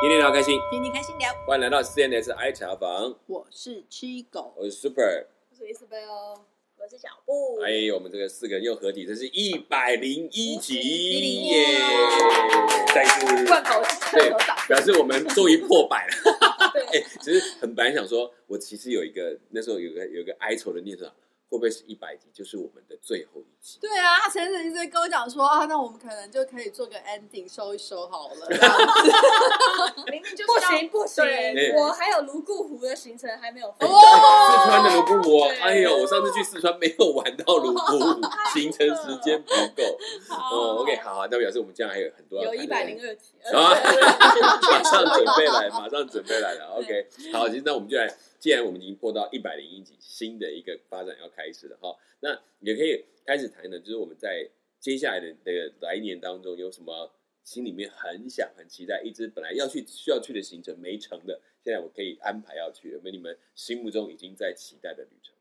天天聊开心，天天开心聊，欢迎来到 CNS I 茶房，我是七狗，我是 Super。我是伊斯贝哦，我是小布哎，我们这个四个人又合体，这是一百零一集101耶！再次罐头罐头掌表示我们终于破 百了。对，哎，其实很本来想说，我其实有一个那时候有一个有一个哀愁的念头，会不会是一百集就是我们的最后一集？对啊，他前阵子一直跟我讲说啊，那我们可能就可以做个 ending 收一收好了，这样子明明就是啊不要行不行哎对，我还有泸沽湖的行程还没有分哦享。四川的泸沽湖哦，对哎呦，我上次去四川没有玩到泸沽湖， 行程时间不够。哦，OK，好好，那表示我们将来还有很多要有谈的一百零二集，呃啊，马上准备来，马上准备来了。OK，好，其实那我们就来，既然我们已经播到一百零一集，新的一个发展要开始了哈，那也可以开始谈的，就是我们在接下来的那个来年当中有什么心里面很想、很期待，一直本来要去需要去的行程没成的，现在我可以安排要去，有没有你们心目中已经在期待的旅程？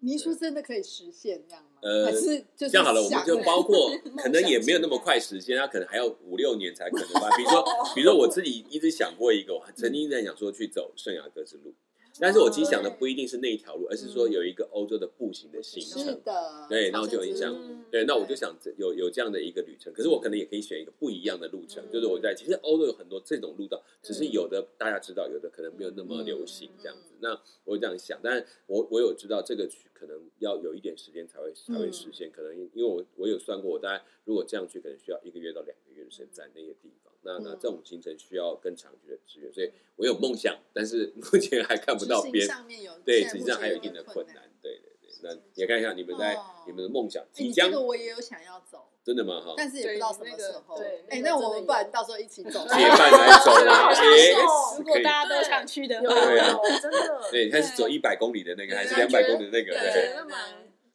你说真的可以实现这样吗？呃还是就是这样好了，我们想就包 括想可能也没有那么快实现，它可能还要五六年才可能吧。比如 说，比如说我自己一直想过一个，我曾经在想说去走圣雅各之路，但是我其实嗯想的不一定是那一条路，而是说有一个欧洲的步行的行是程。的，对那我就有印象嗯哦对，那我就想这有有这样的一个旅程，可是我可能也可以选一个不一样的路程，嗯就是我在其实欧洲有很多这种路道，只嗯是有的大家知道，有的可能没有那么流行这样子。那我这样想，但是我我有知道这个去可能要有一点时间才会才会嗯实现，可能因为我我有算过，我大概如果这样去，可能需要一个月到两个月的时间在那个地方。那那嗯这种行程需要更长期的资源，所以我有梦想，但是 目前还看不到执行边。上面有对，现实在目际前上还有一定点的困困难。。对对对，那也看一下你们在哦你们的梦想哎即你将这个我也有想要走，真的吗？哈，但是也不知道什么时候。对那个对哎，那个那我真的们有不然到时候一起 走。结伴来走 啦，哦对哎如果大家都想去的话，对啊真的对，开始走一百公里的那个，还是对两百公里的那个，对 对觉得蛮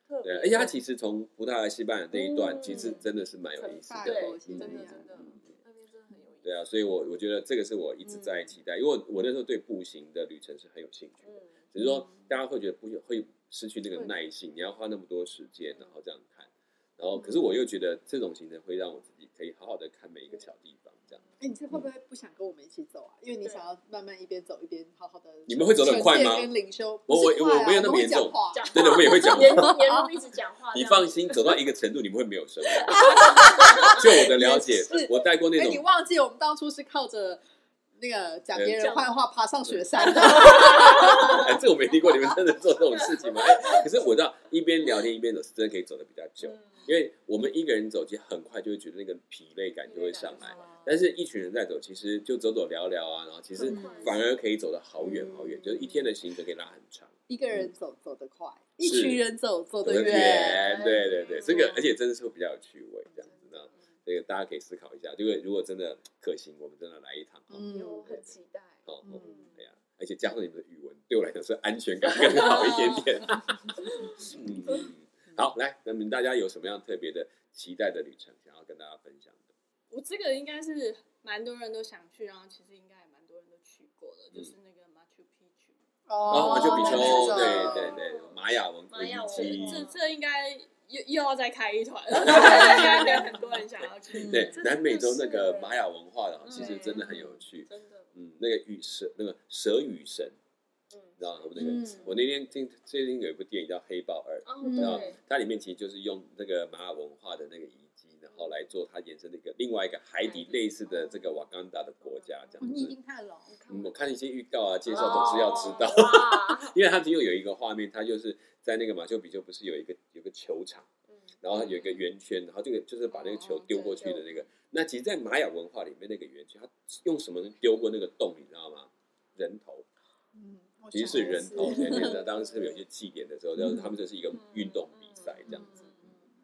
特对。别的而且它其实从葡萄牙、西班牙那一段，嗯其实真的是蛮有意思法的。对国、西真的班牙真的那边真的很有意思。对啊，所以我我觉得这个是我一直嗯在期待，因为我我那时候对步行的旅程是很有兴趣的，嗯只是说大家会觉得不会失去那个耐性，你要花那么多时间，然后这样看，然后可嗯是我又觉得这种行程会让我自己可以好好的看每一个小地方，这样。哎，你这会不会不想跟我们一起走啊？因为你想要慢慢一边走一边好好的。你们会走得很快吗跟灵修，我我不是快啊我没有那么我们会严重讲话讲话真的，我也会 讲话。沿路沿路一直讲话，你这样放心，走到一个程度，你们会没有 声音。就我的了解是，我带过那哎，种你忘记我们当初是靠着那个讲别人坏话爬上雪山的？哎，这我没听过，你们真的做这种事情吗？哎，可是我知道一边聊天一边走，是真的可以走的比较久，嗯因为我们一个人走，其实很快就会觉得那个疲累感就会上啊来，但是一群人在走，其实就走走聊聊啊，然后其实嗯反而可以走得好远好远，就是一天的行程可以拉很长，一个人走走得快，一群人走走走得得远。嗯远，对对对，这个而且真的是会比较有趣味这样子啊呢。这个大家可以思考一下，这个如果真的可行，我们真的来一趟啊。嗯，有很期待。哦，嗯对呀、而且加上你们的语文，对我来讲是安全感更好一点点。 嗯，好，来，那么大家有什么样特别的期待的旅程想要跟大家分享的？我这个应该是蛮多人都想去，然后其实应该也蛮多人都去过的，嗯就是那个 Machu Picchu。哦，哦马丘比丘，哦对对对，玛雅文玛雅古文明这迹，这应该又又要再 开一团，应该有很多人想要去。对真的南美洲那个是玛雅文化的，其实真的很有趣。真的，嗯，那个雨蛇，那个蛇与神，嗯你知道吗？那个，嗯我那天听最近有一部电影叫《黑豹二》，哦嗯然啊后对，它里面其实就是用那个玛雅文化的那个遗迹，然后来做它延伸的一个另外一个海底类似的这个瓦干达的国家这样你已子。经看了哦，嗯，我看一些预告啊，介绍哦总是要知道，哇，因为它其实有一个画面，它就是在那个马丘比丘不是有一个有个球场，嗯然后有一个圆圈，然后这个就是把那个球丢过去的那个。那其实，在玛雅文化里面，那个圆圈它用什么能丢过那个洞，你知道吗？人头，嗯，我其实是想人头。也对对对，当时有一些祭典的时候，就是他们这是一个运动比赛这样子。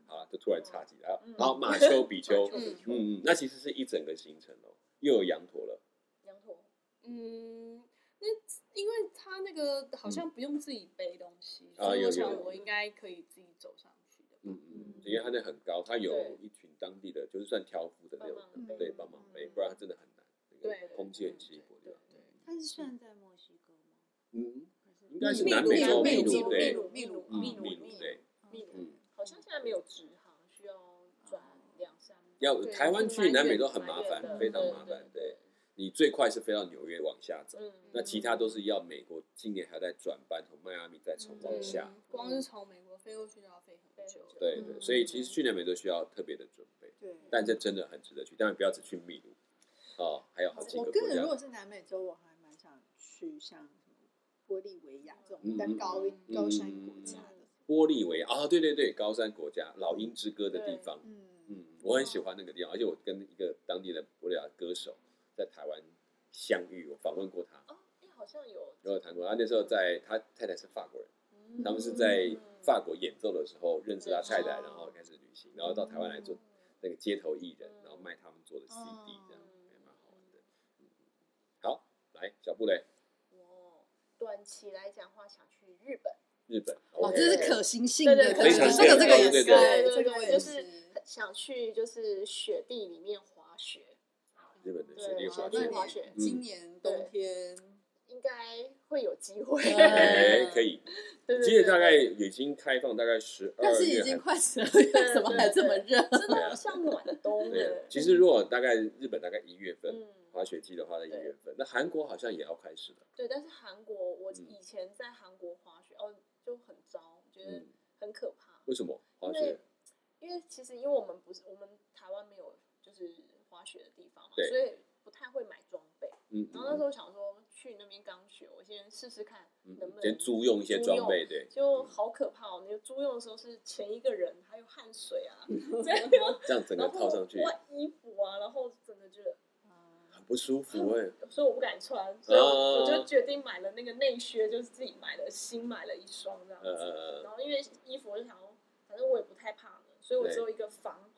好了，就啊突然插进来嗯了。好，马丘比丘，嗯嗯嗯，那其实是一整个行程哦，又有羊驼了，羊驼嗯，那因为他那个好像不用自己背东西，嗯啊所以有有我想我应该可以自己走上去的。嗯嗯，因为它那很高，它有一群当地的，就是算挑夫的那种帮忙嗯背对，帮忙背，不然它真的很难，那个对空气很稀薄的。它是算在墨西哥吗？嗯，还是应该是秘鲁南美洲秘鲁秘鲁秘对，鲁嗯秘鲁秘秘鲁鲁对，秘鲁嗯，好像现在没有直航，需要转两三班。要对台湾去南美洲很麻蛮远烦，的非常麻烦，对。你最快是飞到纽约往下走，嗯，那其他都是要美国今年还在转班，从迈阿密再从往下。嗯光是从美国飞过去就要飞很久。嗯对对对，所嗯以其实去年美都需要特别的准备，对。但这真的很值得去。当然不要只去秘鲁，哦，还有好几我个个国人如家果。是南美洲，我还蛮想去像什么玻利维亚这种嗯比较嗯高嗯高山国家的，玻利维亚啊，对对对，高山国家，老鹰之歌的地方，嗯，嗯，我很喜欢那个地方，而且我跟一个当地的玻利维亚歌手在台湾相遇，我访问过他，哦，哎，好像有，嗯然后谈过。他啊那时候在他太太是法国人，他们是在法国演奏的时候认识他太太，嗯哦然后开始旅行，然后到台湾来做那个街头艺人，然后卖他们做的 CD，这样嗯也蛮好玩的。嗯好，来小布雷，哦，短期来讲的话，想去日本，日本，哦， OK 这是可行性的，对对可对行非这常个这个也对是，对对这个我也对想去就是雪地里面滑雪，日本的雪地对滑雪雪地，滑雪嗯今年冬天，应该会有机会。哎，可以。对对今年对，大概已经开放，大概十二但是月已还经快十二月，对怎么还这么热？真的像暖冬对的，。其嗯实如果大概日本大概一月份嗯，滑雪季的话，在一对月份，那韩国好像也要开始了。对，但是韩国我嗯以前在韩国滑雪，哦，就很糟，我觉得嗯，很可怕。为什么滑因雪为？因为其实因为我们不是我们台湾没有就是滑雪的地方嘛，对所以不太会买装备。嗯，然后那时候候想说去那边刚学，我先试试看能不能嗯先租用一些装备，对，就好可怕哦！你租用的时候是前一个人，还有汗水啊， 这样这样整个然嗯套后上去换衣服啊，然后真的就，啊很不舒服哎。所以我不敢穿，所以我啊我就决定买了那个内靴，就是自己买了新买了一双这样呃子。呃，呃然后因为衣服我就想说，反正我也不太怕冷，所以我只有一个防，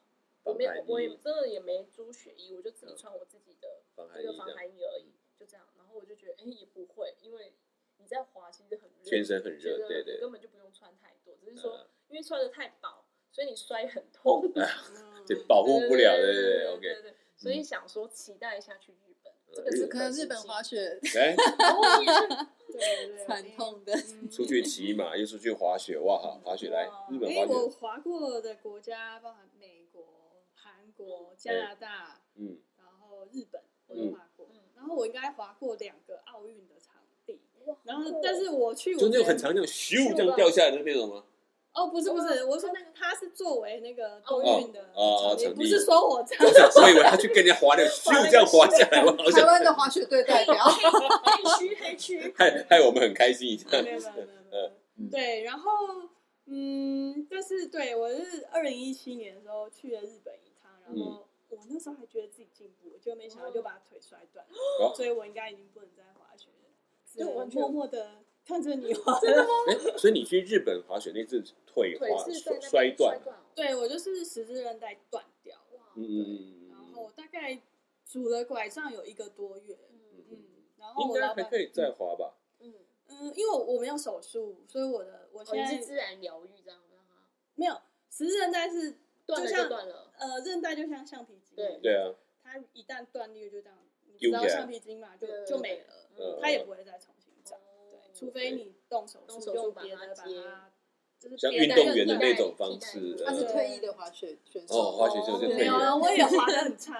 对我没有防寒衣嗯我也真的也没租雪衣，我就自己穿我自己的防寒一衣个防这样，嗯寒衣而已，就这样。然后我就觉得，哎，也不会，因为你在滑其实很热，全身很觉热，得对你对。根本就不用穿太多，只是说呃因为穿的太薄，所以你摔很痛，对，哦保护不了，对对对对对，OK。嗯对。所以想说期待一下去日本， 这个日是可能日本滑雪哎，然后我也是对对对，传统的，出去骑 马，又出去滑雪，哇哈，滑雪来嗯哇日本哎滑我雪，滑过的国家包含美国、韩国、加拿大，嗯，然后日本，我都滑过。嗯然后我应该滑过两个奥运的场地。哇然后，但是我去我就那种觉得很长那种咻这样掉下来的那种吗？哦，不是不是，我说那个它是作为那个奥运的哦哦场地，场地不是 说我这样我想，我以为他去跟人家 滑那个咻这样滑下来，我好台想，湾的滑雪队代 表，黑区黑区， 害害我们很开心一下。没有没有没有没有嗯对，然后嗯，但是对我是二零一七年的时候去了日本一趟，然后我那时候还觉得自己进步，就没想到就把腿摔断了，哦所以我应该已经不能再滑雪了，只对能完全默默的看着你滑。真的吗？哎，所以你去日本滑雪那次腿腿滑是在摔那边摔断了，断了，对我就是十字韧带断掉了，哇，嗯嗯嗯然嗯后大概拄了拐杖有一个多月，嗯嗯嗯，然嗯，后应我该老还板可。以再滑吧？嗯，嗯，因为我没有手术，所以我的我哦现你在是自然疗愈这样让它没有十字韧带是断了就像就断了，呃，韧带就像橡皮筋，对对啊，它一旦断裂就这样，你丢知道起来橡皮筋嘛，就对对对就没了，嗯它也不会再重新长，对哦，除非你动手动术手术用把别它的把接它，就是像别运的动员的韧带那种方式，替代他是呃退役的滑雪选手，哦，滑雪就是没退役有的啊，，我也滑的 很差，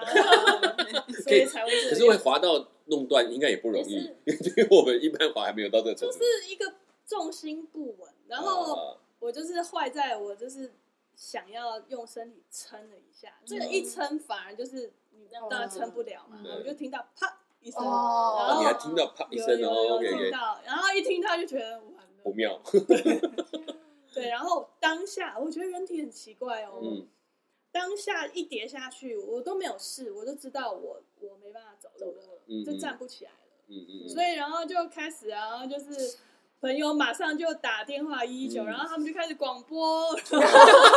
所以才会这样可是会滑到弄断，应该也不容易， 因为我们一般滑还没有到这个程就度。是一个重心不稳，然后啊我就是坏在我就是想要用身体撑了一下，这个嗯一撑反而就是你哦当然撑不了嘛，嗯我就听到啪一声，哦啊然后你还听到啪一有声有哦有，OK 听 OK，到，然后一听到就觉得完了不妙，对，然后当下我觉得人体很奇怪哦，嗯当下一跌下去，我都没有事，我就知道我我没办法走走路路了，了，嗯，就站不起来了，嗯嗯，所以然后就开始，啊然后就是。朋友马上就打电话一一九，嗯然后他们就开始广 播，然后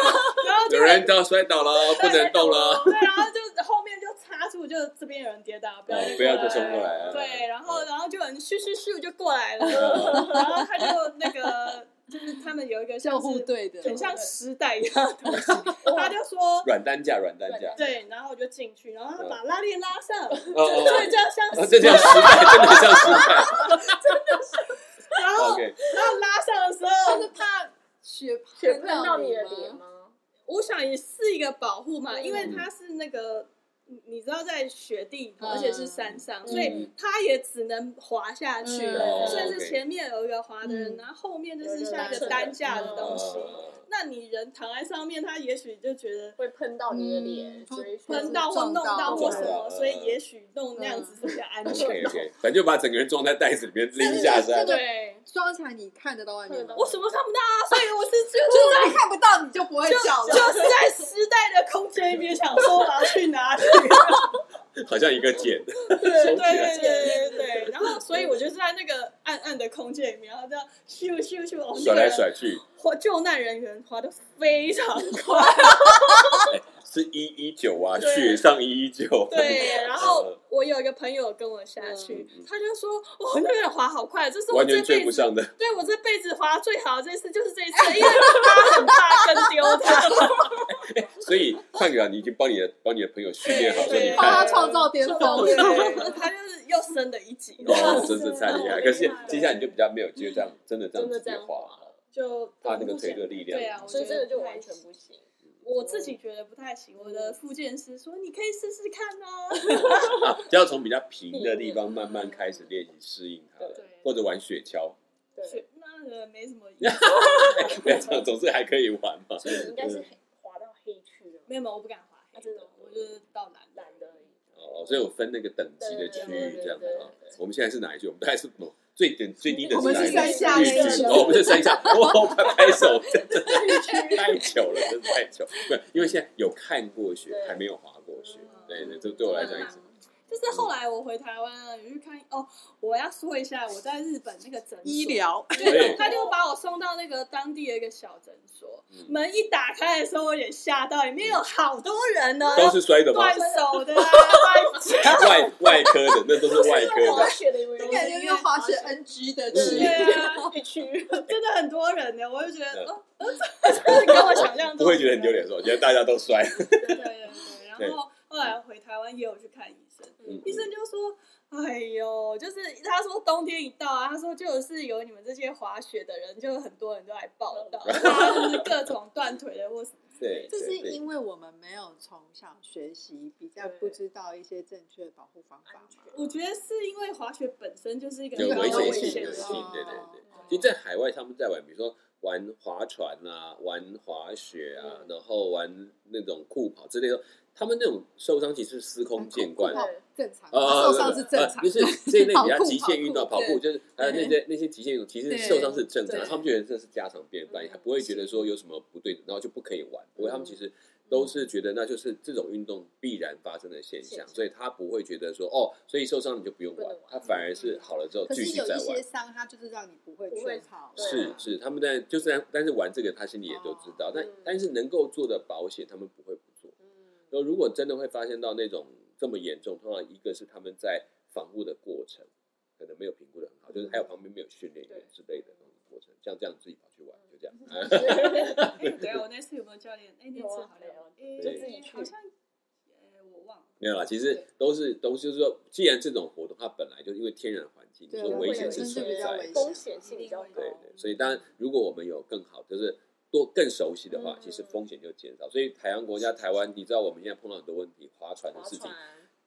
有人要摔倒 了，不能动了，对，然后就 后面就插出，就这边有人跌倒，不要哦不要再冲过来。来，对，然后然后就有人咻咻咻就过来了，嗯然后他就那个就是他们有一哦个像救是护队的，很像时代一样的东西，哦他哦就说软担架，软担架，对，然后我就进去，然后他把拉链拉上，就嗯哦哦 就这哦，这叫样像时代，时代，真的像时代然后，OK，然后拉上的时他候，是怕雪血喷到你的吗脸吗？我想也是一个保护嘛，嗯因为它是那个你你知道在雪地里头，嗯而且是山上，嗯所以他也只能滑下去，嗯哦所以是 OK 前面有一个滑的人，嗯然后后面就是像一个担架嗯的东西。哦那你人躺在上面，他也许就觉得会喷到你的脸，嗯所以喷到或弄到或什么，撞到所以也许弄那样子是比较安全嗯 OK。OK，反正就把整个人装在袋子里面拎下山这。个对，装起来你看得到外面吗？我什么看不到啊，所以我是就就是你看不到，你就不会叫了。 就是在时代的空间里面想说我要去哪里。好像一个茧， 对收起来对对对对，然后所以我就是在那个暗暗的空间里面，然后这样咻咻咻，哦，甩那个来人甩去，滑救难人员滑的非常快， 是一一九啊，对雪上一一九。 对。然后我有一个朋友跟我下去嗯，他就说：“哇，那个人滑好快，这是我完这全追辈不子上 的，对我这辈子滑最好的这次就是这一次，因为他很怕跟丢 他。所以范局长，你已经帮你的帮你的朋友训练好，对说你对帮他看，创造巅峰。对，他就是又升了一级，哦，真是太厉害。可是接下来你就比较没有机会这样，真的这样真直的接这样滑，滑，就怕那个腿的力量。对啊，我所觉以得真的就完全不行。我自己觉得不太行，我的复健师说你可以试试看哦。啊，就要从比较平的地方慢慢开始练习适应它了对，或者玩雪橇，对，是那个没什么意思，哎这样总是还可以嗯玩嘛。所以你应该是黑滑到黑去了，没有，没有我不敢滑黑啊真的的，我就是到南的。懒得而已。哦，所以我分那个等级的区域这样子啊对对对对对。我们现在是哪一区？我们大概是某最点最低等我是们哪是一山区？下绿那区个，哦，我们是山下，哦，拍拍手，真的太久了，真的太久。对，因为现在有看过雪，对还没有滑过雪。对嗯对，这对我来讲也是。就是后来我回台湾啊，有去看哦，我要说一下我在日本那个诊所医，疗， 对啊对，他就把我送到那个当地的一个小诊所，嗯门一打开的时候我也吓到，里面有好多人呢，都是摔的吗？ 断手的啊，断外外科的，那都是外科滑的。雪的有这感觉跟滑雪 NG 的区对域。啊，一区，真的很多人呢，我就觉对得哦，呃这这跟我想象中不会觉得很丢脸是吧？觉得大家都摔，对对对，然后后来回台湾也有去看医生，嗯医生就说：“哎呦，就是他说冬天一到啊，他说就是有你们这些滑雪的人，就很多人都来报道，他就是各种断腿的或什么。对，这是对对因为我们没有从小学习，比较不知道一些正确的保护方法嘛。我觉得是因为滑雪本身就是一个有很危高险危性险的的事事情情，，对对对。哦其实，在海外他们在玩，比如说玩划船啊、玩滑雪啊，嗯然后玩那种酷跑之类的，他们那种受伤其实是司空见惯的。正常，啊受伤是正常，就是这一类比较极限运动，跑跑步酷就是还有那些那些极限运动，其实受伤是正常的，对他们觉得这是家常便饭，嗯也还不会觉得说有什么不对，然后就不可以玩。不过他们其实都是觉得那就是这种运动必然发生的现象，现象所以他不会觉得说哦，所以受伤你就不用不能玩玩，他反而是好了之后可继是续有再一玩些。伤，它就是让你不会不会全好。对是啊是，他们在就是在但是玩这个，他心里也都知道。但嗯但是能够做的保险，他们不会不做。嗯，就如果真的会发现到那种这么严重，通常一个是他们在防护的过程可能没有评估的很好，就是还有嗯旁边没有训练员之类的那种过程，像这样自己跑去玩，就这嗯样。哎，对啊，我那次有没有教练？哎，那有次啊好像没有哎就自己去好像呃我忘了。 没有啦，其实都是都是就是说，既然这种活动它本来就因为天然环境，你对说啊 危会险有是真存的比较在危的险风险性比较高，对对，所以当然，如果我们有更好，就是多更熟悉的话，嗯其实风险就减少。所以海洋国家台湾，你知道我们现在碰到很多问题，划船的划事情船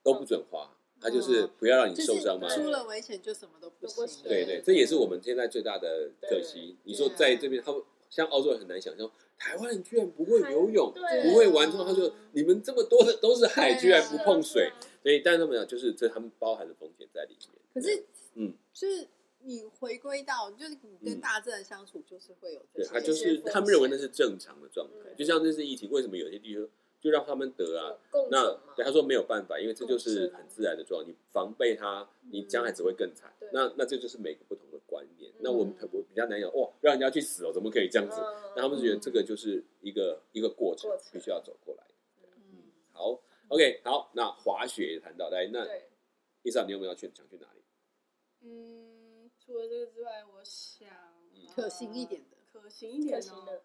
都不准划，它就是不要让你嗯就受伤嘛。是出了危险就什么都不都不行行。对对，这也是我们现在最大的可惜。你说在这啊边，他们像澳洲人很难想象，台湾人居然不会游泳，对啊不会玩，之后他就你们这么多的都是海，对啊居然不碰水是。啊所以，但是他们讲，就是这他们包含的风险在里面。可是，嗯，就是你回归到，就是你跟大自然相处，就是会有这对，些。他就是风险他们认为那是正常的状态，嗯就像这次疫情，为什么有些地区就让他们得啊？共那存嘛对他说没有办法，因为这就共是生很自然的状况，你防备它，你将来只会更惨。嗯对那那这就是每个不同的观念。嗯那我们我比较难讲，哇，让人家去死哦，怎么可以这样子？嗯那他们就觉得这个就是一个一个过程过，程必须要走过来。嗯，好，OK，好，那滑雪也谈到，来，那对，伊莎，你有没有要去想去哪里？嗯，除了这个之外，我想啊嗯可行一点的，可行一可点行哦的。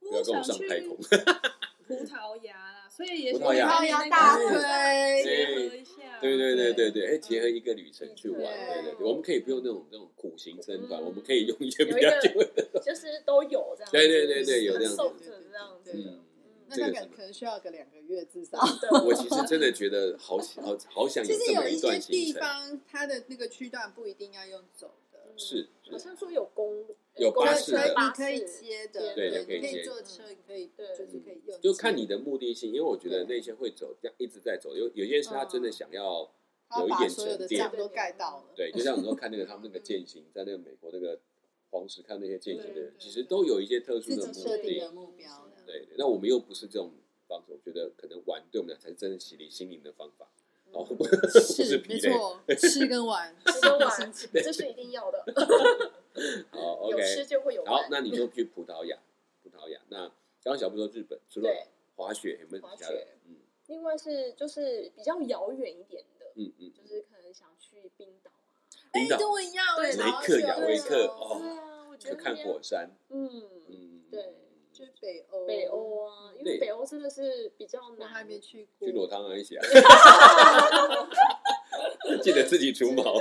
不要我跟我想上去太空。 葡萄牙啦，所以也许葡萄牙高压大推，结合一下，对对对对对嗯对，哎，结合一个旅程去玩，对对对对，我们可以不用那种那种苦行僧团，嗯我们可以用一些比有较一个 就会，就是都有这样子，对对对对有很这样子受着这样子，对嗯嗯，那这大个概是可能需要个两个月至少。我其实真的觉得好想好好想其实这有么一些段地行程，方，它的那个区段不一定要用走的，是嗯好是像说有公路有公巴车士的所以你巴可以士接的，对的对，可以你可接以坐车，你可以对就是可以用，就看你的目的性，因为我觉得对那些会走，这样一直在走，有有些是他真的想要，它有一把点所有的沉淀站都盖到了，对，就像你说看那个他们那个践行，在那个美国那个黄石看那些践行的人，对其实都有一些特殊自的己目设定的的，目标的。对，那我们又不是这种方式，我觉得可能玩对我们俩才是真的洗涤心灵的方法，嗯哦， 不不是是疲没累， 错，吃跟玩，吃跟玩心情这是一定要的，好有吃 哦，OK，就会有好玩，。那你就去葡萄牙，葡萄牙，那刚刚小布说日本，除了对，滑雪有没有其他滑的雪？嗯另外是就是比较遥远一点的，嗯嗯，就是可能想去冰岛。啊哎冰岛、跟我一样哎，对雷然后克去雅欧未洲克哦，对啊，我觉去得看那边火山，嗯，嗯，对去北欧，北欧啊，因对为北欧真的是比较我难，还没去过，去裸汤而已 啊， 记得自己除毛。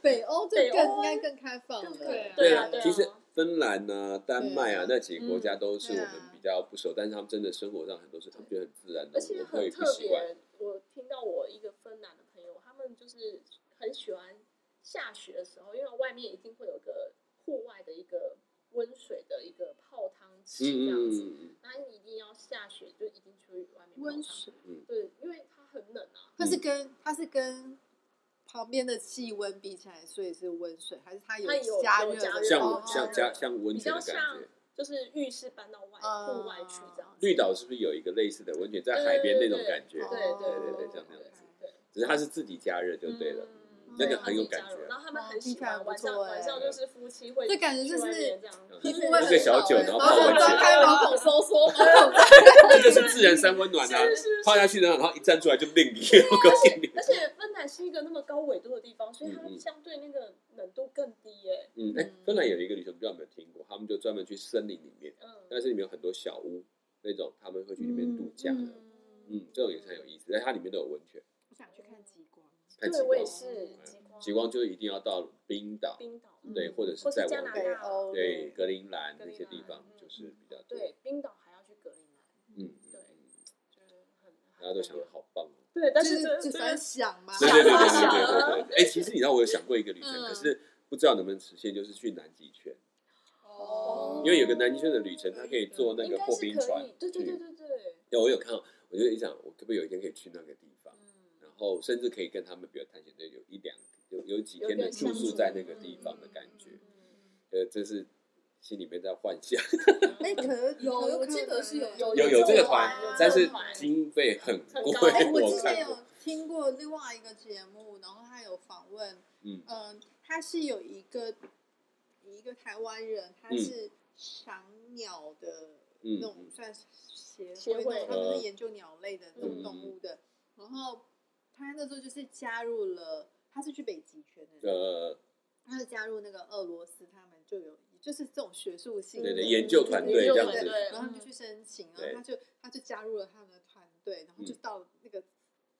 北欧这北更欧应该更开放了，更可以对啊对啊其实芬兰呐、丹麦啊对那几个国嗯家都是我对啊们比较不熟，但是他们真的生活上很多事，他们觉得很自然的，我而且们很会不特习惯。别。我听到我一个芬兰的朋友，他们就是很喜欢下雪的时候，因为外面一定会有个户外的一个温水的一个泡汤池这样嗯子，嗯嗯，那你一定要下雪就一定去外面泡汤温水，对，因为它很冷啊。嗯它是跟它是跟旁边的气温比起来，所以是温水，还是它它有加有热加的热时像候？我哦像像像温比泉较的感像觉。就是浴室搬到外啊户外去这样子，绿岛是不是有一个类似的温泉，在海边那种感觉？对哦对对对对对对，像那样子对，只是它是自己加热就对了。嗯那个对很有自己感加觉入然后他们哇很喜听起来欢很晚不错上晚上欸就是夫妻会这感觉就去外面是这样皮肤嗯会一个小酒很然好后哎泡温张泉开毛孔收缩，这就是自然山温暖啊是是是！泡下去，然后一站出来就另一个，我告诉你，而且芬兰是一个那么高纬度的地方，所以它嗯嗯相对那个冷度更低耶。嗯，哎，芬兰有一个旅行，不知道有没有听过，他们就专门去森林里面，嗯，但是里面有很多小屋，那种他们会去里面度假的，嗯，嗯，这种也是很有意思，但它里面都有温泉，我想去看极光，看极对我光也，是极光，极光就一定要到冰岛，冰岛，对，嗯或者是或再是加往拿北，北大，欧对，格陵兰那格陵些地兰嗯方就是比较多，对，冰岛还要去格陵兰，嗯，对觉得很大家都想的好棒哦。对，就但是是这就这反正想嘛，对对对对啊对想对啊对对。哎，其实你知道我有想过一个旅程，嗯可是不知道能不能实现，就是去南极圈，哦因为有个南极圈的旅程，它可以坐那应个该破是冰可船以，对对对去。对对，对，我有看到，我就一直想，我可不可以有一天可以去那个地方，嗯，然后甚至可以跟他们，比如探险队有一两有有几有天的点住相宿处嗯在那个地方的感觉， 呃，这是心里面在幻想。嗯哎，可能有可能我有记可得能是有有有有这个团有这个，但是团经费很贵。哎，很高我 我之前看过有，听过另外一个节目，然后他有访问，嗯嗯，他是有一个一个台湾人，他嗯是赏鸟的嗯那种嗯算是协协会那会种，他们呃是研究鸟类的那嗯种动物的。然后他那时候就是加入了，他是去北极圈的，呃，他是加入那个俄罗斯，他们就有就是这种学术性对的对，研究团队这样研子，究团队然后他们就去申请，然对后他就他就加入了他们的团队，然后就嗯到那个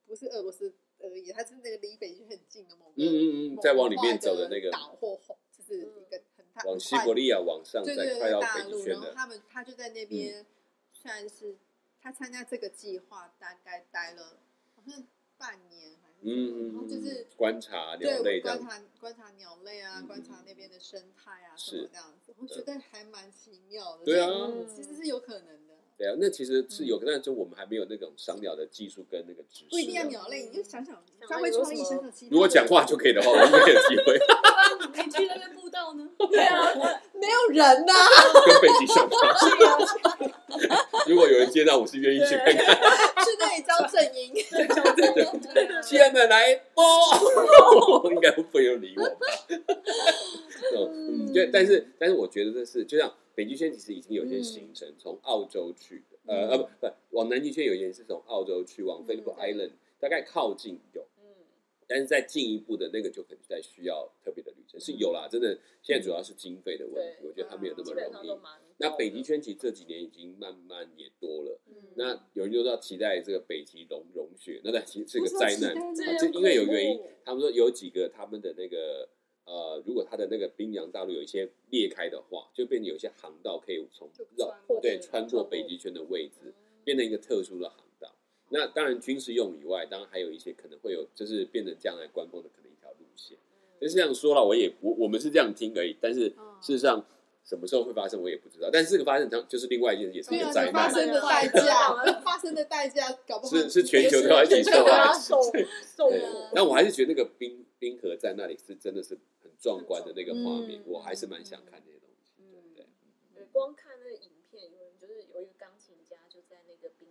不是俄罗斯而已，他是那个离北京很近的某个嗯嗯嗯，某再往里某面一走的那个，岛或或就是一个很大往很西快伯利亚往上，对对再对快到大北极陆，圈嗯然后的，他们他就在那边算是他参加这个计划，大概待了好像半年还是什么嗯，然后嗯就是嗯观察鸟对，类我这样观子，察观察鸟类啊，嗯观察那边的生态啊，什是么这样子，我觉得还蛮奇妙的。对啊所以其实是有可能的，对啊，那其实是有，但是我们还没有那种赏鸟的技术跟那个知识。嗯啊不一定要鸟类，你就想想想发挥有创意，什么想想其他。如果讲话就可以的话，我们应该有机会 你去那边步道 呢？没有人呐，跟北极 熊发生。 如果有人接到，我是愿意去看看。去那里招正 音，亲啊爱们来播， 应该不会有人理 我吧？嗯，对，但是但是我觉得这是就像北极圈，其实已经有一些行程从澳洲去的，嗯呃呃不不，往南极圈有一些是从澳洲去往菲律宾 Island，大概靠近有。嗯，但是再进一步的那个就可能再需要特别的旅程，是有啦，真的。现在主要是经费的问题，嗯对嗯我觉得它没有那基么本上容都易。蛮高的。那北极圈其实这几年已经慢慢也多了，嗯， 那有人就要期待这个北极融融雪，那但其实是个灾难，不是很期这待吗啊样这因为有恐怖原因，他们说有几个他们的那个呃，如果它的那个冰洋大陆有一些裂开的话，就变成有一些航道可以从就穿绕过对去穿过穿过北极圈的位置，变成一个特殊的航道。那当然军事用以外，当然还有一些可能会有，就是变成将来官方的可能一条路线。但是这样说了，我也我我们是这样听而已，但是嗯嗯事实上什么时候会发生我也不知道。但是这个发生它就是另外一件事，也是一 对个啊，灾这发难，生的代价，发生的代价，搞不好是是全球都要一起全受球都要 啊。受受对苦，那我还是觉得那个冰冰河在那里是真的是很壮观的那个画面嗯，我还是蛮想看这些东西的。嗯对，对，光看那个影片，有人就是有一个钢琴家就在那个冰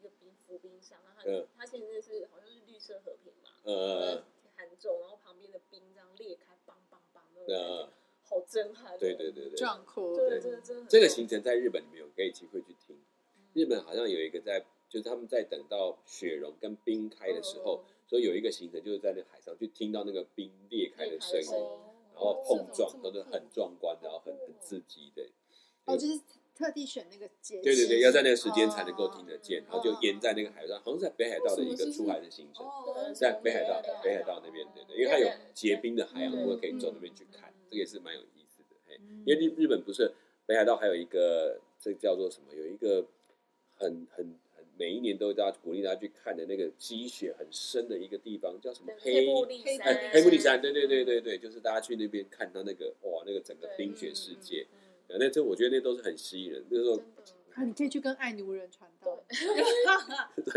一个冰浮冰上，然后他、嗯他现在是好像是绿色和平嘛，呃，很重，然后旁边的冰这样裂开，梆梆梆那种感觉，呃，好震撼哦。对对对对，撞哭。对，真的真的很这个重行程在日本你们有可以机会去听。日本好像有一个在，就是他们在等到雪融跟冰开的时哦候，，所以有一个行程就是在那个海上去听到那个冰裂开的声裂开的声音，音然后碰哦这撞种都是很壮观，然后很很刺激的。哦，就是特地选那个节，对对对，要在那个时间才能够听得见，哦然后就沿在那个海上，好像是在北海道的一个出海的行程，哦在北海道对北海道那边，对对，因为它有结冰的海洋，对我可以走那边去看嗯，这个也是蛮有意思的。嘿，因为日日本不是北海道还有一个这叫做什么，有一个很很很每一年都大家鼓励大家去看的那个积雪很深的一个地方，叫什么黑对嗯黑布利黑哎山，黑布利山，对对对对对，就是大家去那边看到那个哇那个整个对冰雪世界，嗯，对那这我觉得那都是很吸引人，那时候真的。啊，你可以去跟爱奴人传道。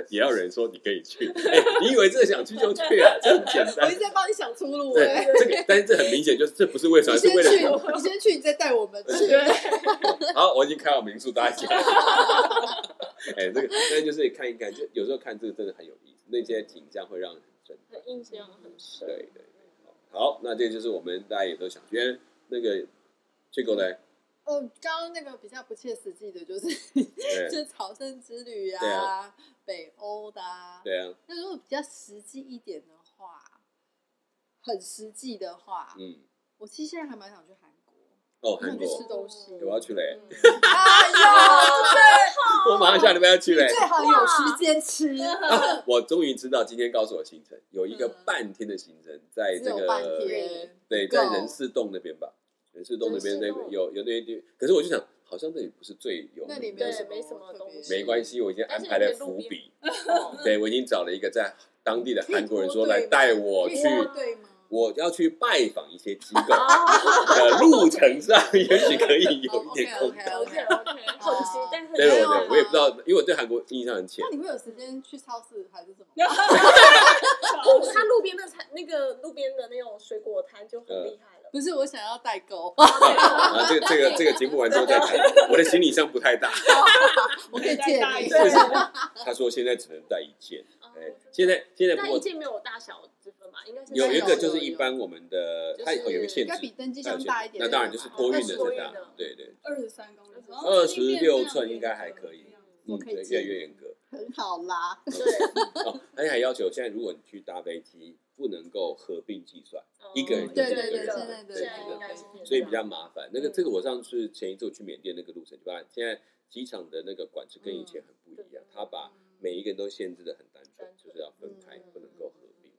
也要有人说你可以去，哎，你以为这个想去就去啊，这很简我单一直。在帮你想出路哎、对，这个，但是这很明显就是这不是为 你传，是先为了去，你先去，你再带我 们去。好，我已经开好民宿，大家讲。 哎、这个那就是看一看，就有时候看这个真的很有意思，那些景象会让人很震撼。很印象很深。对对对，好，那这就是我们大家也都想去，因为那个这个嘞，哦，刚刚那个比较不切实际的，就是 就对是朝圣之旅对啊，北欧的啊。对啊，那如果比较实际一点的话，很实际的话，嗯，我其实现在还蛮想去韩国，哦，我韩想去国，吃啊东西。我要去嘞，嗯哎 呀，我马上下礼拜要去嘞哦最。好有时间吃，啊！我终于知道今天告诉我行程，有一个半天的行程，在嗯只这有半个天。对，不够在仁寺洞那边吧，仁寺洞那边那仁寺个洞有有那一地，可是我就想，好像那里不是最有名的，那里对什么没什么特东别西没关系，我已经安排了伏笔。哦嗯对，我已经找了一个在当地的韩国人说 可以来带我可以去，脱队吗？我要去拜访一些机构 的路程上，也许可以哦有一 点空 OK 档。 ，OK OK，好奇，但是对对没有啊对，我也不知道，因为我对韩国印象 很浅那。你会有时间去超市还 是什么？ 哦，他路边的摊，那个路边的那种水果摊就很厉害了。不是，我想要代购，啊，这个这个这个节目完之后再 谈。我的行李箱不太大，我可以借你。对他说现在只能带一件。哎，现在现在不哦但一过件没有大小之分嘛，应该是有一有个有就是有一般我们的，就是它有一个限应制该，比登机它有箱限制大一点。那当然就是托运的托最运大的，对对。 二十三公里， 26寸应该还可以我嗯，可以对，借越来越严格。很好 啦。对哦，而且还要求现在如果你去搭飞机，不能够合并计算， 一个人哦就对是对一个对，人现在的现在应该是变成这样啊所以比较麻烦。那个嗯这个我上次前一次我去缅甸那个路程，就发现现在机场的那个管制跟以前很不一样嗯，他把每一个人都限制的很单纯单，纯就是要分嗯开，不能够合并。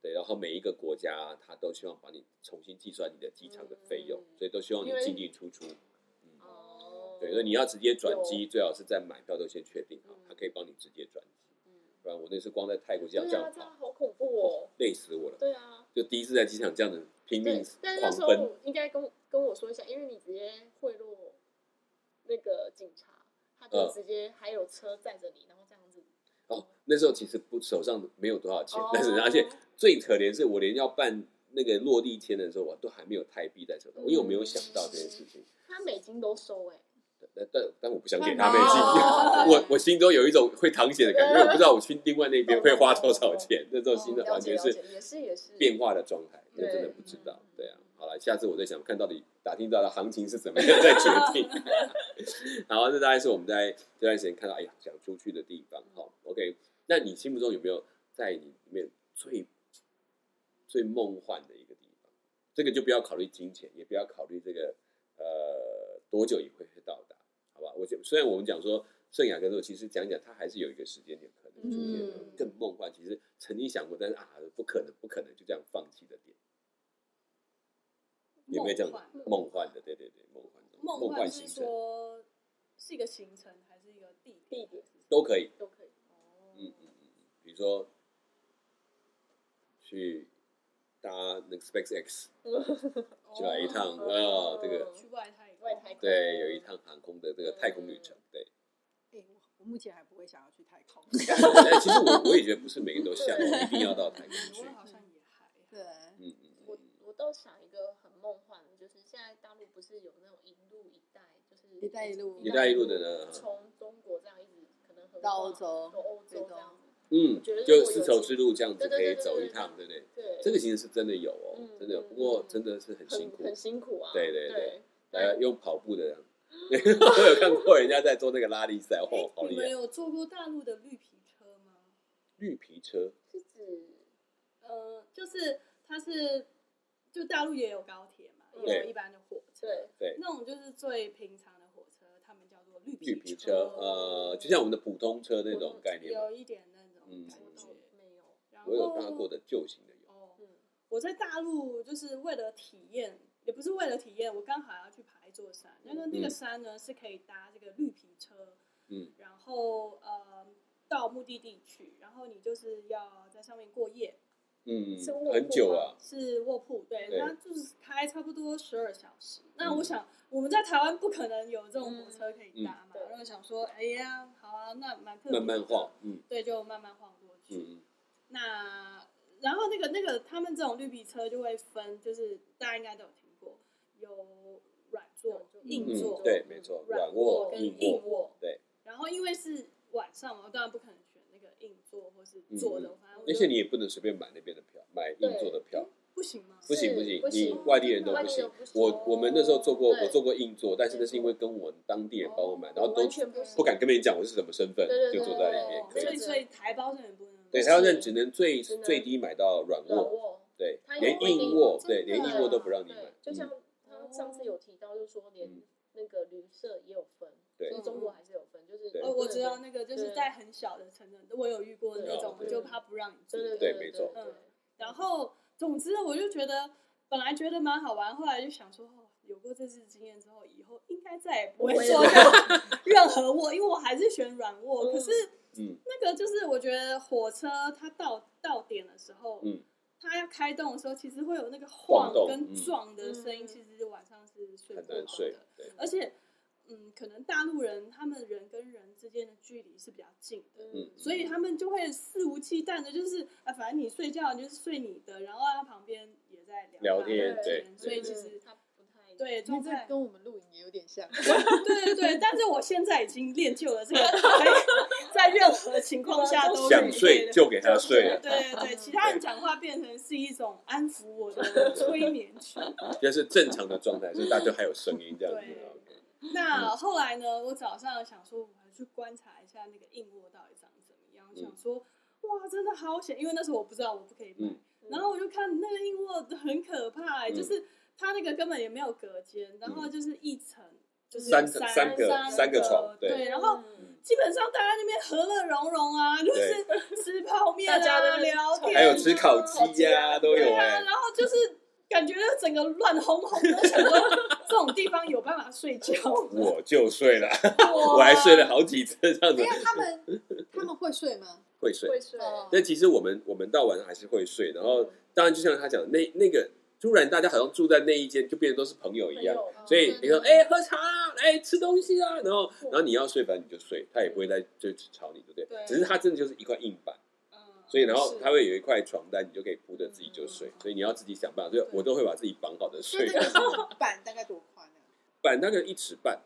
对，然后每一个国家他都希望把你重新计算你的机场的费用，嗯所以都希望你因为进进出出。嗯，哦，对，所以你要直接转机，最好是在买票都先确定好嗯，他可以帮你直接转机。不然我那次光在泰国机场这对啊，样这样跑，好恐怖哦，累死我了。对啊。就第一次在机场这样子拼对命，但是那狂时奔，候应该跟我跟我说一下，因为你直接贿赂那个警察，他就嗯直接还有车载着你，然后这样子。哦，那时候其实不手上没有多少钱 哦，但是而且最可怜是我连要办那个落地签的时候，我都还没有泰币在手上，嗯因为我没有想到这件事情。他美金都收哎、但但但我不想给嗯那他没美有啊 金，我我心中有一种会淌血的感觉，因为我不知道我去另外那边会花多少钱。那时候心哦了的解完全是了解也是也是变化的状态，那对真的不知道。对啊，好了，下次我再想看到底打听到的行情是怎么样再决定。 好，这大概是我们在这段时间看到，哎呀，想出去的地方。好，OK，那你心目中有没有在你里面最最梦幻的一个地方？这个就不要考虑金钱，也不要考虑这个呃多久以后会到达，好吧？我觉得虽然我们讲说圣雅各诺，其实讲讲它还是有一个时间点可能出现的，嗯更梦幻。其实曾经想过，但是啊，不可能，不可能，就这样放弃的点，有没有这样梦幻的？对对对，梦幻的梦幻幻行是程。说是一个行程还是一个地地点？都可以。都可以。嗯嗯嗯，嗯，比如说去搭那个 SpaceX 去来一趟啊、哦这个去外太空外太空对，有一趟航空的这个太空旅程， 对。哎，我我目前还不会想要去太 空。但其实我我也觉得不是每个人都向 往，一定要到太空去我。好像也还好对，嗯嗯我嗯，我倒想一个很梦幻的，就是现在大陆不是有那种一路一带，就是一带一路一带一路的呢，从中国这样一直可能横到跨欧洲到欧最洲这东样子，嗯我，觉得就如果有丝绸机之路这样子对对可以对走对一对趟，对对不对？对，这个其实是真的有哦，嗯真的有，嗯不过嗯真的是很辛苦很，很辛苦啊，对对对对呃，用跑步的。我有看过人家在做那个拉力赛，哎哦，好你厉们害！有坐过大陆的绿皮车吗？绿皮车，是指呃，就是它是，就大陆也有高铁嘛，嗯也有一般的火车，对，对，那种就是最平常的火车，他们叫做绿绿皮皮车，呃，就像我们的普通车那种概念嘛。有一点那种嗯感我觉倒。没有，然后我有搭过的旧型的有，哦，嗯我在大陆就是为了体验，也不是为了体验，我刚好要去爬一座山，那个那个嗯山呢是可以搭这个绿皮车，嗯，然后呃到目的地去，然后你就是要在上面过夜，嗯是卧铺，很久啊，是卧铺，对，对它就是开差不多十二小时。那嗯我想我们在台湾不可能有这种火车可以搭嘛嗯，嗯然后想说，哎呀，好啊，那蛮特别的慢慢晃，，嗯对，就慢慢晃过去。嗯那然后那个那个他们这种绿皮车就会分，就是大家应该都有听过，有软座、硬嗯座，嗯，对，没错，软卧、跟硬硬卧，卧，对。然后因为是晚上嘛，我当然不可能选那个硬座或是坐的，反正我嗯而就且你也不能随便买那边的票，买硬座的票，不行吗？不行是不行不，你行外地人都外不地行人不。行我我们那时候做过，嗯对我做过硬座，但是那是因为跟我们当地人帮我买，然后都完全不行不敢跟别人讲我是什么身份对，对就对坐在里面哦。可对所以以所以台胞证也不能。对，是台湾人只能最只能最低买到软软卧，卧，对它，啊有连规定硬卧，真对，的连硬卧都不让你买对，。就像嗯他们上次有提到，就是说连嗯那个旅社也有分，对所以中国还是有分，就是对哦，我知道那个就是对在很小的城镇，我有遇过那种，对就怕不让你住对的。对对没对错嗯对，然后总之我就觉得，本来觉得蛮好玩，后来就想说，哦，有过这次经验之后，以后应该再也不会不会坐 任任何卧，因为我还是选软卧。嗯可是嗯那个就是我觉得火车它到到点的时候，嗯，它要开动的时候，其实会有那个晃晃动跟嗯撞的声音，嗯其实晚上是睡很不难好睡的。，对，而且，嗯，可能大陆人他们人跟人之间的距离是比较近的，嗯嗯所以他们就会肆无忌惮的，就是啊，反正你睡觉你就是睡你的，然后他旁边也在聊聊天聊对所以对嗯其实它不太，对你状这态，跟我们露营也有点 像。对对对，但是我现在已经练就了这个，可以在任何情况下都想睡就给他睡对了，对对，其他人讲话变成是一种安抚我的催眠曲。就是正常的状态，所以大家都还有声音这样子对。 OK 嗯那后来呢？我早上想说，我还去观察一下那个硬卧到底长怎么样。嗯想说，哇，真的好险！因为那时候我不知道我不可以买，嗯然后我就看那个硬卧很可怕、欸，嗯就是它那个根本也没有隔间，然后就是一层，就是三三三个三个床对对，然后。嗯基本上大家那边和乐融融啊，就是吃泡面啊，大家在那边聊天、啊，还有吃烤鸡呀、都有对哎、啊，然后就是感觉整个乱哄哄的，想说这种地方有办法睡觉吗？我就睡了，我 我还睡了好几次这样子哎，呀，他们他们会睡吗？会睡。会睡，啊哦但其实我们我们到晚上还是会睡，然后当然就像他讲的，那那个突然大家好像住在那一间，就变得都是朋友一样。朋友所以你说，嗯哎、喝茶啊，哎、吃东西啊，然后然后你要睡，反正你就睡，他也不会再就吵你，对不对？嗯对只是他真的就是一块硬板，嗯所以然后是他会有一块床单，你就可以铺着自己就睡嗯。所以你要自己想办法，所以我都会把自己绑好的所 以睡那。 个板大概多宽啊呢？板大概一尺半，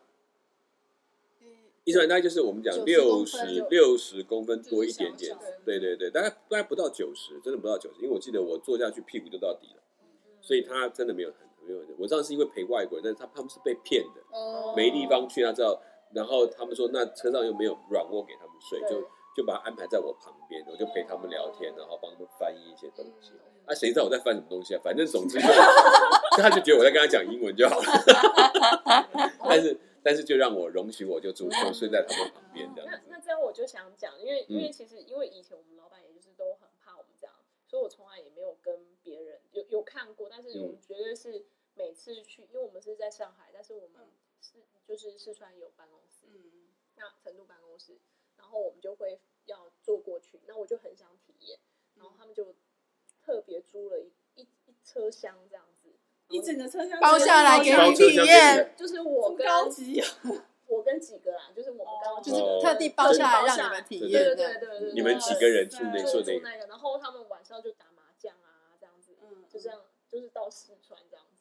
嗯一尺半大概就是我们讲90六公十分六十公分多一点就点是小小的，对对对，大概大概不到九十，真的不到九十，因为我记得我坐下去屁股就到底了，嗯所以他真的没有很没有很。我知道是因为陪外国人，但是他他们是被骗的， 哦 没地方去，他啊知道。然后他们说，那车上又没有软卧给他们睡，对就就把他安排在我旁边，我就陪他们聊天，哦然后帮他们翻译一些东西。嗯啊，谁知道我在翻什么东西啊？反正总之就， 他就觉得我在跟他讲英文就好了。但是但是就让我容许我就住就睡在他们旁边这样那子。那这样我就想讲，因为因为嗯其实因为以前我们老板也就是都很怕我们这样，所以我从来也没有跟别人有有看过，但是我嗯们绝对是每次去，因为我们是在上海，但是我们嗯是就是四川有办公室，嗯那成都办公室，然后我们就会要坐过去，那我就很想体验，然嗯后他们就特别租了一一一车厢这样子，一整个车厢包下来给你体验，就是我跟高哦级哦，我跟几个啦，就是我们刚刚就讲的是特地包下来哦让你们体对对验对的。对对，你们几个人住那就住那住个那个，然后他们晚上就打麻将啊这样子，嗯，就这样就是到四川这样子。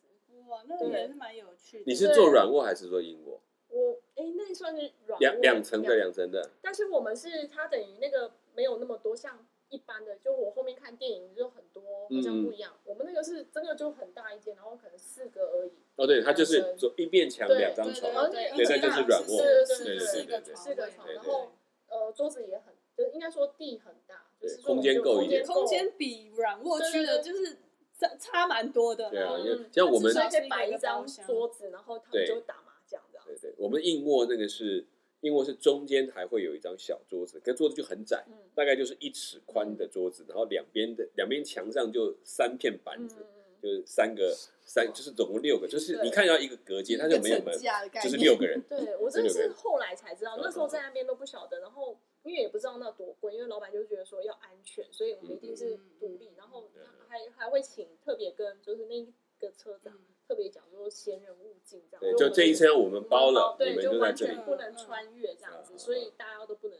哇，那个也是蛮有趣的。你是做软卧还是做硬卧？我哎，那算是软卧两两层的，两层的，但是我们是它等于那个没有那么多像一般的，就我后面看电影就很多嗯好像不一样，我们那个是真的就很大一间，然后可能四个而已，哦，对，它就是两层左一面墙对两张对床，对对那就是软卧是是对对对是个对床，四个床，对然后呃桌子也很，就是应该说地很大，就是对说空我们间就够一空点间空间比软卧区的就是差差蛮多的。对啊，嗯因为像我们所以可以摆一张桌子，然后他们对就打麻将这样对子。对，我们硬卧那个是硬卧是中间还会有一张小桌子，可是桌子就很窄，嗯大概就是一尺宽的桌子，然后两边的两边墙上就三片板嗯子，就是三个三就是总共六个，就是你看要一个隔间，它一就个没有层门，架的概就是念，六个人，对我真的这六是个后来才知道，嗯那时候在那边都不晓得，然后因为也不知道那多贵，因为老板就觉得说要安全，所以我们一定是独立，然后嗯还还会请特别跟就是那一个车长特别讲说闲人勿近这样，对，所以就我们这一车我们包了，你对，们就在完这里全。不能穿越这样子，嗯所以大家都不能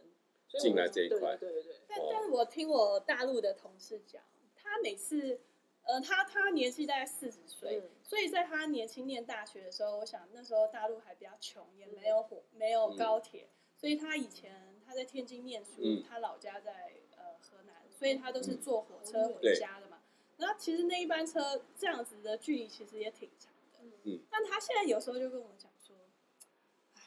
所以我进们来这一块对对对对，但但是我听我大陆的同事讲，他每次，呃，他他年纪大概四十岁，嗯所以在他年轻念大学的时候，我想那时候大陆还比较穷，也没有火，没有高铁，所以他以前他在天津念书，嗯他老家在呃河南，所以他都是坐火嗯车回家的嘛。然后其实那一班车这样子的距离其实也挺长的，嗯但他现在有时候就跟我讲说，哎，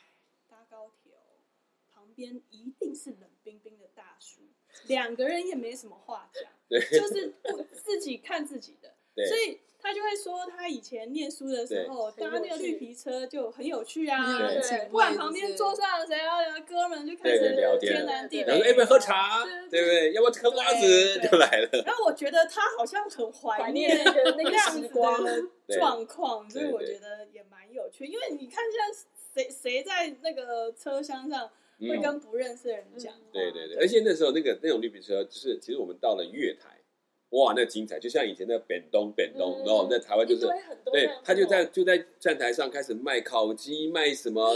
搭高铁哦，旁边一定是冷冰冰的大叔，两个人也没什么话讲，对就是不自己看自己的，对所以他就会说他以前念书的时候对搭那个绿皮车就很有趣啊，没有人情味不管旁边桌上谁啊，哥们就开对始对聊天天南地然后北，说：“哎，不要喝。茶，对不对？要不要嗑瓜子？”就来了。然后我觉得他好像很怀怀念念那个那那个样时子光，嗯对的状况，所以对我对觉得也蛮有趣。因为你看，现在谁谁在那个车厢上嗯会跟不认识的人讲话嗯？对对对，而且那时候那个那种绿皮车，就是其实我们到了月台，哇，那精彩！就像以前那扁东扁东，嗯然后我们在台湾就一是堆很多那对啊样子哦，他就在 就在站台上开始卖烤鸡，卖什么，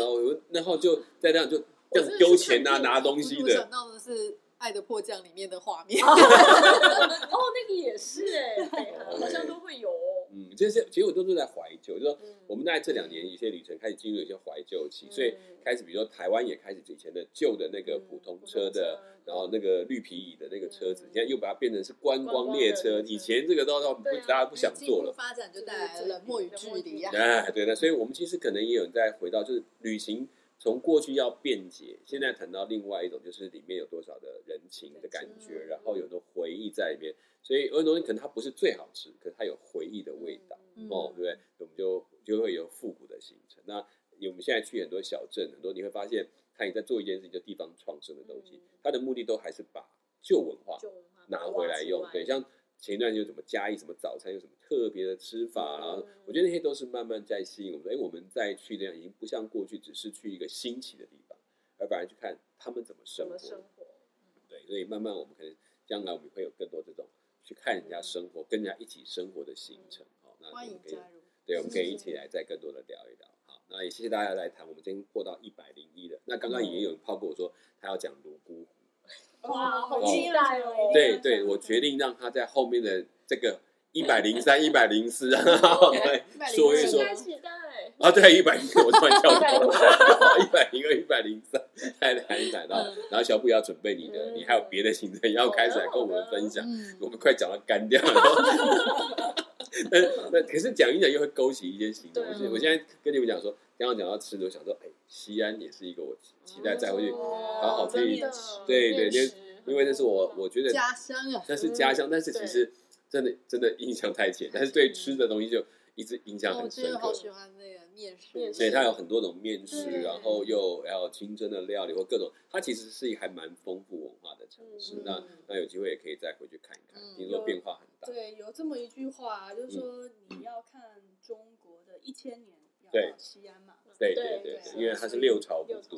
然后就在那样就这样丢钱啊，拿东西我的想。到的是《爱的迫降》里面的 画面，哦，那个也是哎、北韩好像都会有哦。嗯，这些其实我都是在怀旧，就说嗯我们大概这两年一些旅程开始进入一些怀旧期，所以开始比如说台湾也开始以前的旧的那个普通车的，然后那个绿皮椅的那个车子嗯，现在又把它变成是观观光光列列车，车以前这个都都不对啊大家不想做了。发展就带来了冷漠与距离啊。哎，对的，所以我们其实可能也有在回到，就是旅行从过去要便捷，嗯现在谈到另外一种，就是里面有多少的人情的感觉，嗯然后有的回忆在里面。所以有些东西可能它不是最好吃，可是它有回忆的味道，嗯哦，对不对？我们就就会有复古的行程。那我们现在去很多小镇，很多你会发现，它也在做一件事情，就地方创生的东西嗯，它的目的都还是把旧文化就文化拿回来用挖。出对，像前一段就怎么加一什么早餐有什么特别的吃法，嗯然后我觉得那些都是慢慢在吸引我们。哎，我们再去那样已经不像过去只是去一个新奇的地方，而反而去看他们怎么生怎活。么生活？对，所以慢慢我们可能将来我们会有更多这种去看人家生活、跟人家一起生活的行程。好，那欢我们迎可以加入，对，我们可以一起来再更多的聊一聊。好，那也谢谢大家来谈，我们今天过到一百零一了。那刚刚也有人泡过我说他要讲泸沽湖，嗯哇，好哦期待哦！对对，我决定让他在后面的这个一百零 三、一百零四，然后我们说一对期说待期待。啊，对，一百零，我突然跳过，一百零二、一百零三，来谈一谈，然后然后小布也要准备你的，嗯你还有别的行程要开始来跟我们分享，嗯我们快讲到干掉了。 但那可是讲一讲又会勾起一些行动。对啊我现我现在跟你们讲说，刚刚讲到吃的，我想说，哎，西安也是一个我期待再回去，好好去哦真的对对面食因为那是我我觉得家乡啊，那是家乡，但是其实真的真的印象太浅，但是对吃的东西就一直印象我很哦真深的好刻。喜欢那个面食，面所以食它有很多种面食，对然后又还有清真的料理或各种，它其实是一个还蛮丰富文化的城市。嗯那那有机会也可以再回去看一看，嗯听说变化很大。对，有这么一句话，嗯就是说你要看中国的一千年，对要到西安嘛，对对对对因为它是六朝古六都都，，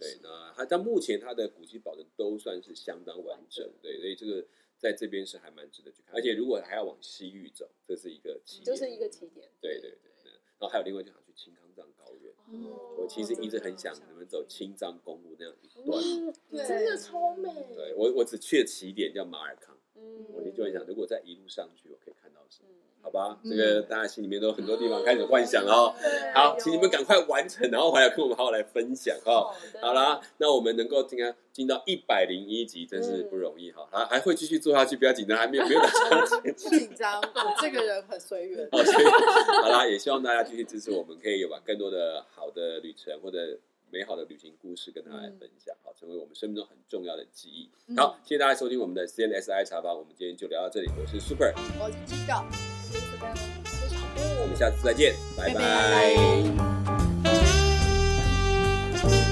对，那它但目前它的古迹保都算是相当完整，对，所以这个在这边是还蛮值得去看。而且如果还要往西域走，这是一个起点，就是一个起点。对对对对。然后还有另外就想去青康藏高原，嗯哦我其实一直很想哦你们走青藏公路那样一段。嗯，对真的超美。对我我只去了起点叫马尔康，嗯，我就很想，如果在一路上去，我可以看到什么？嗯好吧，嗯这个大家心里面都有很多地方开始幻想了哦。对好，请你们赶快完成，然后回来跟我们好好来分享哦。的好啦，那我们能够进啊进到一百零一集，真是不容易哈，还、还会继续做下去，不要紧张，还没有没有打算。不紧张，我这个人很随 缘。好，哦所以好啦，也希望大家继续支持我们，可以把更多的好的旅程或者美好的旅行故事跟大家来分享，好，成为我们生命中很重要的记忆。好，谢谢大家收听我们的 CNSI 茶房，我们今天就聊到这里，我是 Super，我是七狗。我们下次再见，拜拜拜